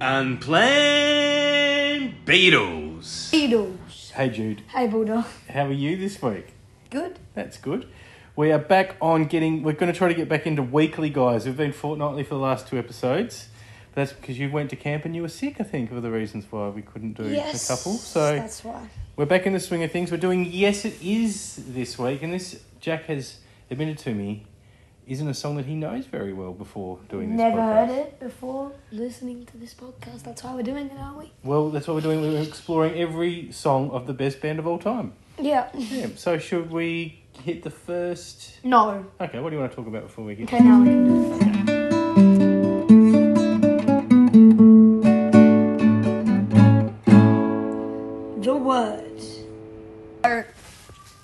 and playing Beatles. Beatles. Hey Jude, Hey, Bulldog. how are you this week? Good. That's good. We are back on getting. We're going to try to get back into weekly, guys. We've been fortnightly for the last two episodes. But that's because you went to camp and you were sick. I think are the reasons why we couldn't do yes. a couple. So that's why. we're back in the swing of things. We're doing yes, it is this week, and this Jack has admitted to me isn't a song that he knows very well before doing this. Never podcast. heard it before listening to this podcast. That's why we're doing it, aren't we? Well, that's what we're doing. We're exploring every song of the best band of all time. Yeah. Yeah. So should we hit the first? No. Okay, what do you want to talk about before we get? Okay, now we can do it. The word. Or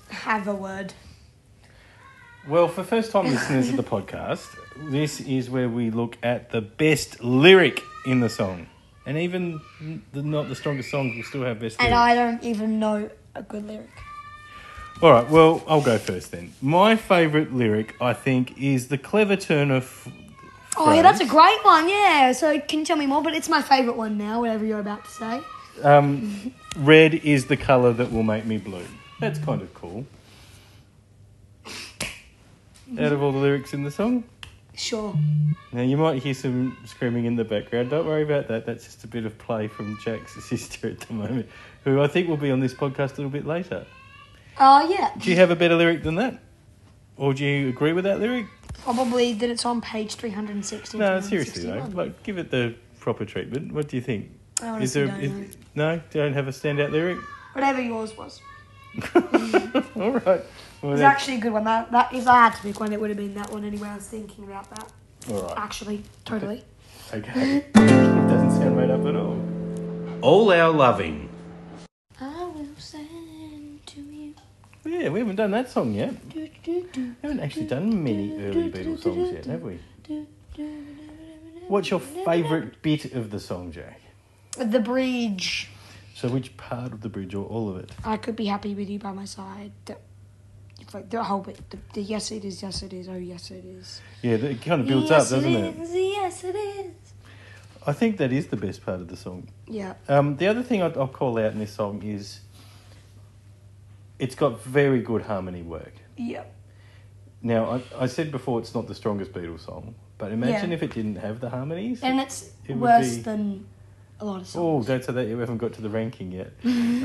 have a word. Well, for first-time listeners of the podcast, this is where we look at the best lyric in the song, and even the, not the strongest songs will still have best. And lyric. I don't even know a good lyric. All right, well, I'll go first then. My favourite lyric, I think, is the clever turn of. f- Oh, yeah, that's a phrase. great one. Yeah. So can you tell me more? But it's my favourite one now. Whatever you're about to say. Um, red is the colour that will make me blue. That's kind of cool. Out of all the lyrics in the song, Sure. Now you might hear some screaming in the background. Don't worry about that. That's just a bit of play from Jack's sister at the moment, who I think will be on this podcast a little bit later. Oh yeah. Do you have a better lyric than that? Or do you agree with that lyric? Probably that it's on page three hundred and sixty. No, seriously though. Like, give it the proper treatment. What do you think? I honestly there? don't is- know. no? Don't have a standout lyric. Whatever yours was. All right. Well, It was that's- actually a good one. That, that if I had to pick one, it would have been that one anyway. I was thinking about that. all right. Actually, totally. Okay. it doesn't sound made up at all. All our loving. I will send to you. Yeah, we haven't done that song yet. Do, do, do, We haven't actually done many early Beatles songs yet, have we? do, do. What's your favourite bit of the song, Jack? The bridge. So, which part of the bridge or all of it? I could be happy with you by my side. The, it's like the whole bit. The, the yes it is, yes it is. Oh yes it is. Yeah, that- it kind of builds yes up, doesn't it, is, Yes it is. I think that is the best part of the song. Yeah. Um, the other thing I'd, I'll call out in this song is it's got very good harmony work. Yeah. Now, I, I said before it's not the strongest Beatles song, but imagine Yeah. if it didn't have the harmonies. And it's It would worse be- than a lot of Oh, songs. don't say that. You haven't got to the ranking yet.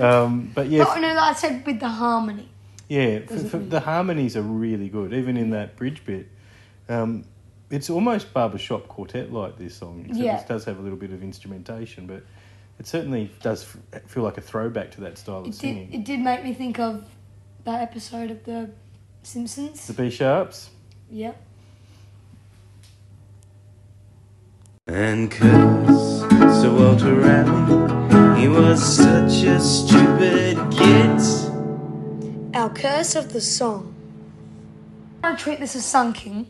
um, but yes, Oh, no, I said with the harmony. Yeah, f- Doesn't f- really- the harmonies are really good, even in that bridge bit. Um, it's almost barbershop quartet like this song. Except Yeah. It does have a little bit of instrumentation, but it certainly does f- feel like a throwback to that style of It did, singing. it did make me think of that episode of The Simpsons. The B sharps. Yep. And cause Sir Walter Raleigh, he was such a stupid kid. Our curse of the song. I don't treat this as sunking.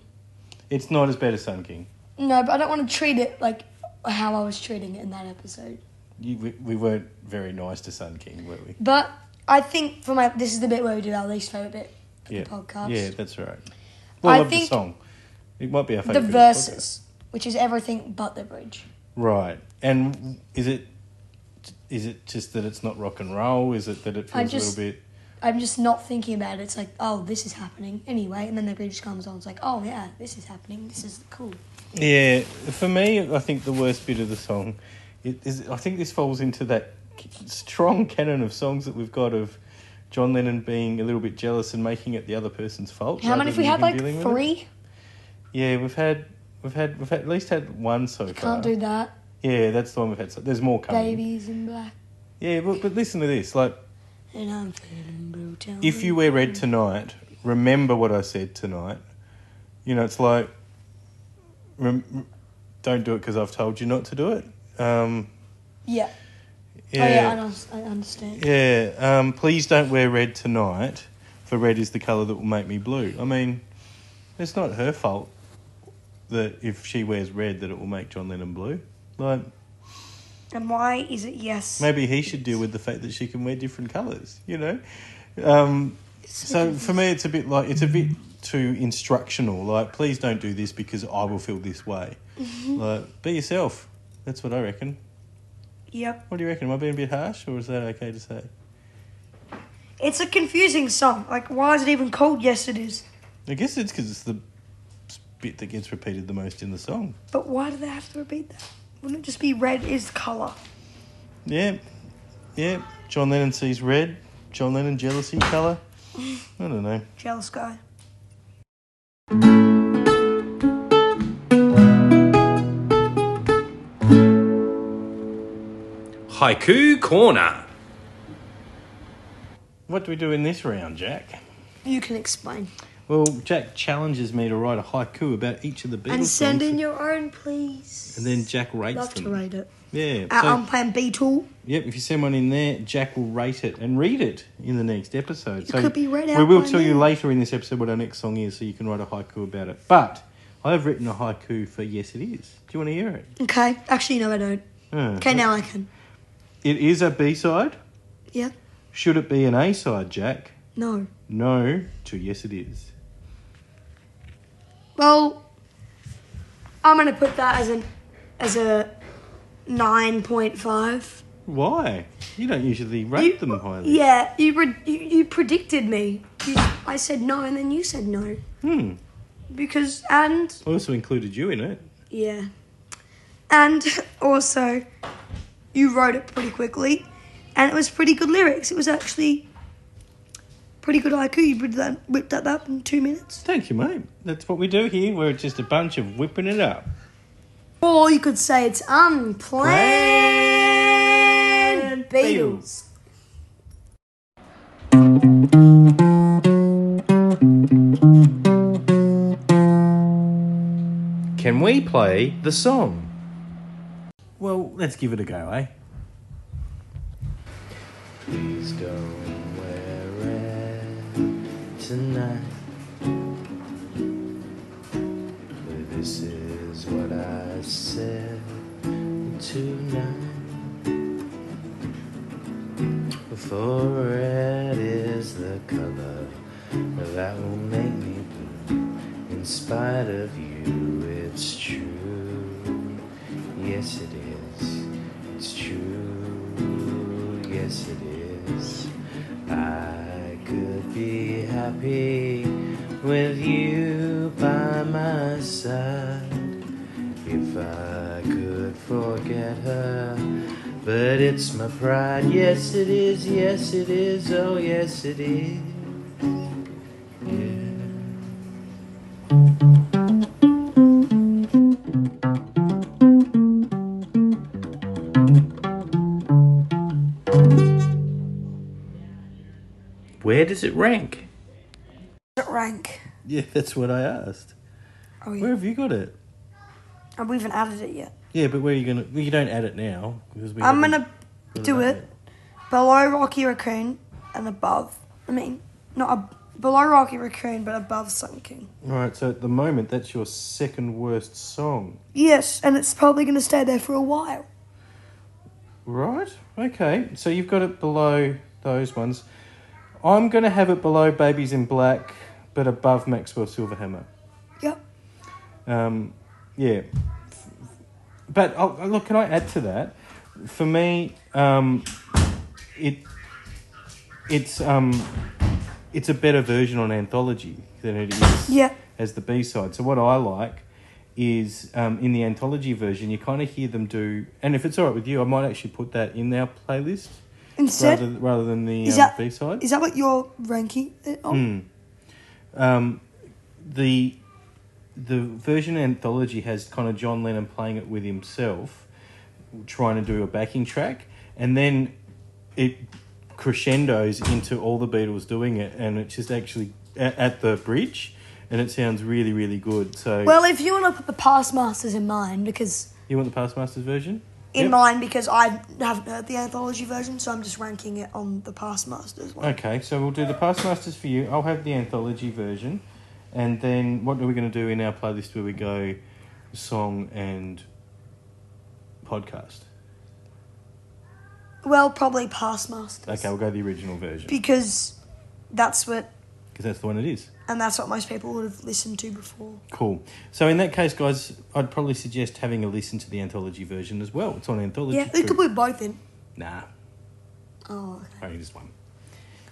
It's not as bad as Sun King. No, but I don't want to treat it like how I was treating it in that episode. You, we, we weren't very nice to Sun King, were we? But I think for my this is the bit where we did our least favorite bit of Yeah. the podcast. Yeah, that's right. Well, I I love the think song. It might be our the favourite. of podcast. verses, which is everything but the bridge. Right. And is it is it just that it's not rock and roll? Is it that it I feels just- a little bit I'm just not thinking about it. It's like, oh, this is happening anyway, and then the bridge comes on. It's like, oh yeah, this is happening. This is cool. Yeah, for me, I think the worst bit of the song it is. I think this falls into that c- strong canon of songs that we've got of John Lennon being a little bit jealous and making it the other person's fault. How rather many if we than had him like dealing with it. three? Yeah, we've had. We've had we've had, at least had one so far. Can't do that. Yeah, that's the one we've had. So, there's more uh, coming. Babies in black. Yeah, but, but listen to this. Like, And I'm feeling blue. Tell if you me. wear red tonight, remember what I said tonight. You know, it's like, rem- don't do it because I've told you not to do it. Um, Yeah. yeah. Oh, yeah, I, don't, I understand. Yeah, um, please don't wear red tonight, for red is the colour that will make me blue. I mean, it's not her fault that if she wears red that it will make John Lennon blue. Like, And why is it yes? maybe he should deal with the fact that she can wear different colours, you know? Um, so for me, it's a bit like, it's a bit too instructional. Like, please don't do this because I will feel this way. Like, be yourself. That's what I reckon. Yep. What do you reckon? Am I being a bit harsh, or is that okay to say? It's a confusing song. Like, why is it even called Yes It Is? I guess it's because it's the bit that gets repeated the most in the song. But why do they have to repeat that? Wouldn't it just be red is colour? Yeah, yeah. John Lennon sees red. John Lennon jealousy color. I don't know. Jealous guy. Haiku Corner. What do we do in this round, Jack? You can explain. Well, Jack challenges me to write a haiku about each of the Beatles and send songs, in your own, please. and then Jack rates Love them. to rate it. Yeah. Uh, so- I'm playing Beatle. Yep, if you send one in there, Jack will rate it and read it in the next episode. It could be read out We will by tell you now. later in this episode what our next song is, so you can write a haiku about it. But I have written a haiku for Yes It Is. Do you want to hear it? Okay. Actually, no, I don't. Uh, Okay, now I can. It is a B side. Yeah. Should it be an A side, Jack? No. No to Yes It Is. Well, I'm gonna put that as an as a nine point five. Why? You don't usually rate You, them highly. yeah, you, re- you you predicted me. You, I said no, and then you said no. Hmm. Because and I also included you in it. yeah, and also you wrote it pretty quickly, and it was pretty good lyrics. It was actually pretty good IQ. You whipped that whipped that up in two minutes. Thank you, mate. That's what we do here. We're just a bunch of whipping it up. Or you could say it's unplanned Beatles. Can we play the song? Well, let's give it a go, eh? Please don't wear red tonight. Well, This is what I said tonight. For red is the color that will make me blue. In spite of you, it's true. Yes, it is. It's true. Yes, it is. I could be happy with you by my side if I could forget her. But it's my pride. Yes, it is. Yes, it is. Oh, yes, it is. Yeah. Where does it rank? Rank. Yeah, that's what I asked. Oh, Where yeah. have you got it? And we haven't added it yet. Yeah, but where are you gonna? Well, you don't add it now because we. I'm haven't gonna got do up it below Rocky Raccoon and above. I mean, not ab below Rocky Raccoon, but above Sun King. yet. All right. So at the moment, that's your second worst song, Yes, and it's probably gonna stay there for a while. right? Okay. So you've got it below those ones. I'm gonna have it below Babies in Black, but above Maxwell Silverhammer. Yep. Um, yeah. But oh, oh, look, can I add to that? For me, um, it it's um, it's a better version on anthology than it is Yep. as the B side. So what I like is um, in the anthology version, you kind of hear them do. And if it's all right with you, I might actually put that in our playlist Instead, rather, rather than Hmm. the Is um, that- B side. is that what you're ranking it on? Um, the the version anthology has kind of John Lennon playing it with himself, trying to do a backing track, and then it crescendos into all the Beatles doing it, and it's just actually at, at the bridge, and it sounds really really good. So Well, if you wanna put the past masters in mind, because you want the Past Masters version? in Yep. mind because I haven't heard the anthology version, so I'm just ranking it on the past masters one. Okay, so we'll do the Past Masters for you. I'll have the anthology version, and then what are we going to do in our playlist where we go song and podcast? Well, probably past masters. Okay, we'll go the original version. Because that's what because that's the one it is. and that's what most people would have listened to before. Cool. So in that case, guys, I'd probably suggest having a listen to the anthology version as well. It's on anthology. Yeah, we Tree. could put both in. Nah, Oh, okay. only this one. Oh,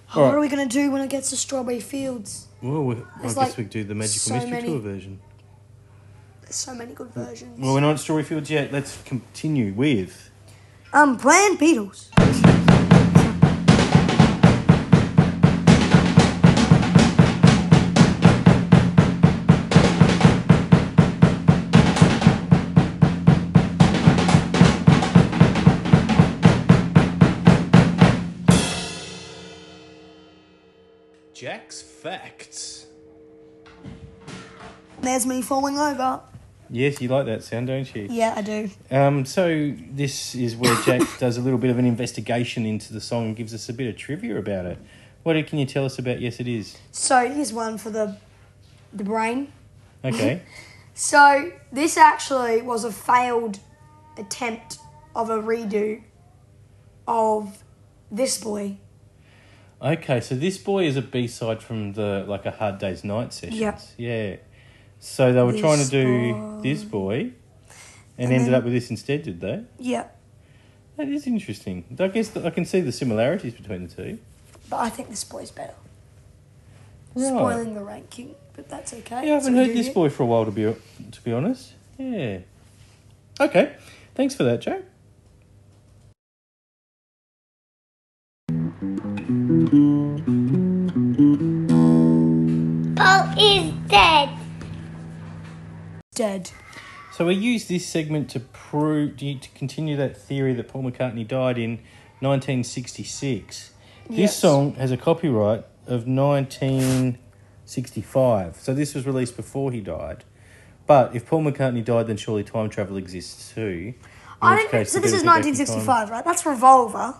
what Alright. are we gonna do when it gets to Strawberry Fields? Well, we, I There's guess like we could do the Magical so Mystery many- Tour version. There's so many good versions. Well, we're not at Strawberry Fields yet. Let's continue with. um, Plan Beatles. Jack's Facts. There's me falling over. Yes, you like that sound, don't you? Yeah, I do. Um, so this is where Jack does a little bit of an investigation into the song and gives us a bit of trivia about it. What can you tell us about Yes It Is? So here's one for the the brain. Okay. So this actually was a failed attempt of a redo of this boy. okay, so this boy is a B side from the like a hard day's night sessions. Yeah. Yeah. So they were This trying to do Boy. this boy and, And ended then- up with this instead, did they? Yeah, That is interesting. I guess that I can see the similarities between the two. but I think this boy's better. Right. Spoiling the ranking, but that's okay. Yeah, I That's haven't what we heard do this here. boy for a while to be to be honest. Yeah. Okay. Thanks for that, Jack. Paul is dead. Dead. So we used this segment to prove to to continue that theory that Paul McCartney died in 1966. This Yes. song has a copyright of 1965. So this was released before he died. But if Paul McCartney died, then surely time travel exists too. in I which don't. case so they this is better go back in time. 1965, right? That's Revolver.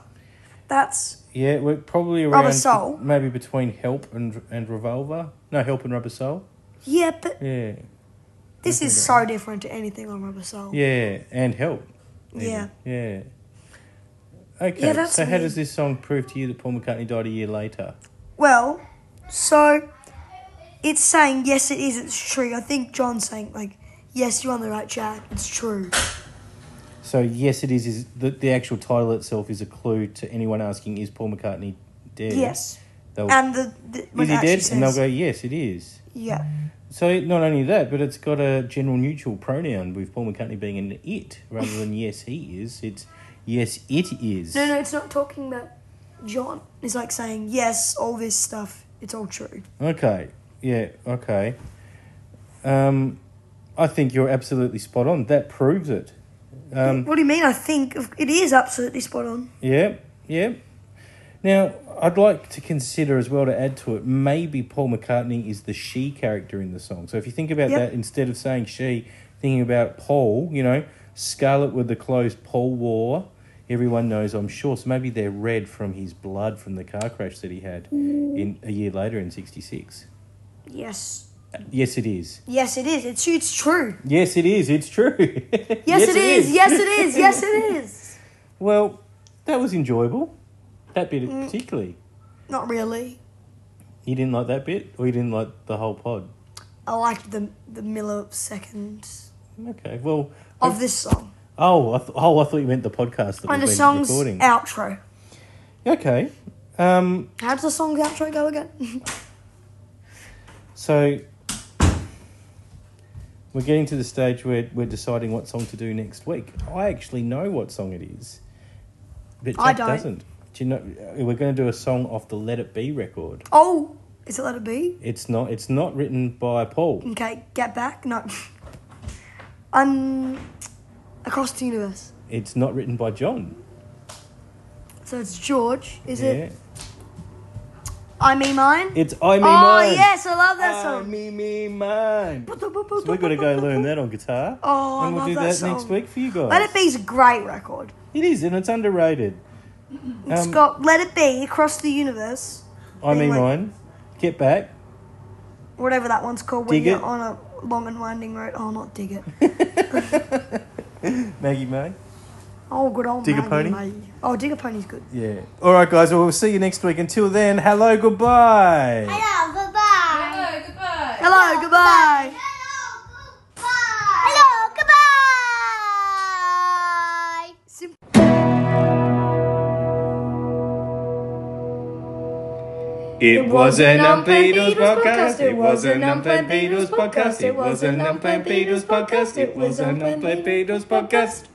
That's Yeah, we're probably around Rubber Soul. maybe between Help and and Revolver. No, Help and Rubber Soul. yeah, but Yeah, this is so different to anything on Rubber Soul. yeah, and Help. even. Yeah. Yeah. Okay, Yeah, that's so how weird. does this song prove to you that Paul McCartney died a year later? Well, so it's saying yes, it is. It's true. I think John's saying like, yes, you're on the right track. It's true. So yes, it is. Is the, the actual title itself is a clue to anyone asking, "Is Paul McCartney dead?" Yes. They'll, And the, the when is it he actually dead? and they'll says- go, "Yes, it is." yeah, So not only that, but it's got a general neutral pronoun with Paul McCartney being an it rather than yes he is. It's yes it is. no, no, it's not talking about John. It's like saying yes, all this stuff. It's all true. Okay. Yeah. Okay. Um, I think you're absolutely spot on. That proves it. Um, what do you mean? I think of- it is absolutely spot on. yeah. Yeah. Now, I'd like to consider as well to add to it. Maybe Paul McCartney is the she character in the song. So if you think about Yep. that, instead of saying she, thinking about Paul, you know, Scarlet with the clothes Paul wore. Everyone knows, I'm sure. So maybe they're red from his blood from the car crash that he had in a year later in '66. Yes, Yes, it is. yes, it is. It's it's true. Yes, it is. It's true. yes, Yes, it is. Yes, it is. Yes, it is. Well, that was enjoyable. That bit Mm. particularly. Not really. You didn't like that bit, or you didn't like the whole pod. I liked the the milliseconds Okay. Well. of this song Oh, I th- oh, I thought you meant the podcast that and the we've been song's recording. outro. Okay. Um. How does the song's outro go again? So. We're getting to the stage where we're deciding what song to do next week. I actually know what song it is, but Jack I don't. doesn't. Do you know? We're going to do a song off the Let It Be record. oh, is it Let It Be? It's not. It's not written by Paul. Okay, Get Back. No, I'm across the universe. It's not written by John. So it's George. Is Yeah. it I Me Mine? It's I me oh mine. yes, I love that I song. me me mine. So we got to go learn that on guitar. Oh, I and we'll love do that that song. next week for you guys. Let It Be's a great record. It is, and it's underrated. It's Um, got Let It Be across the universe, I me being like- mine. Get back. whatever that one's called. Dig when you're It. on a long and winding road. Oh, not dig it. Maggie May. Oh, good old Dig a Maggie, Pony? Maggie. Oh, dig a pony's good. Yeah. All right, guys. Well, we'll see you next week. Until then, hello, goodbye. Hello, bye bye. Hello, goodbye. Hello, goodbye. Sim- It was an Unplayed Beatles podcast. It was an Unplayed Beatles podcast. It was an Unplayed Beatles podcast. It was an Unplayed Beatles podcast.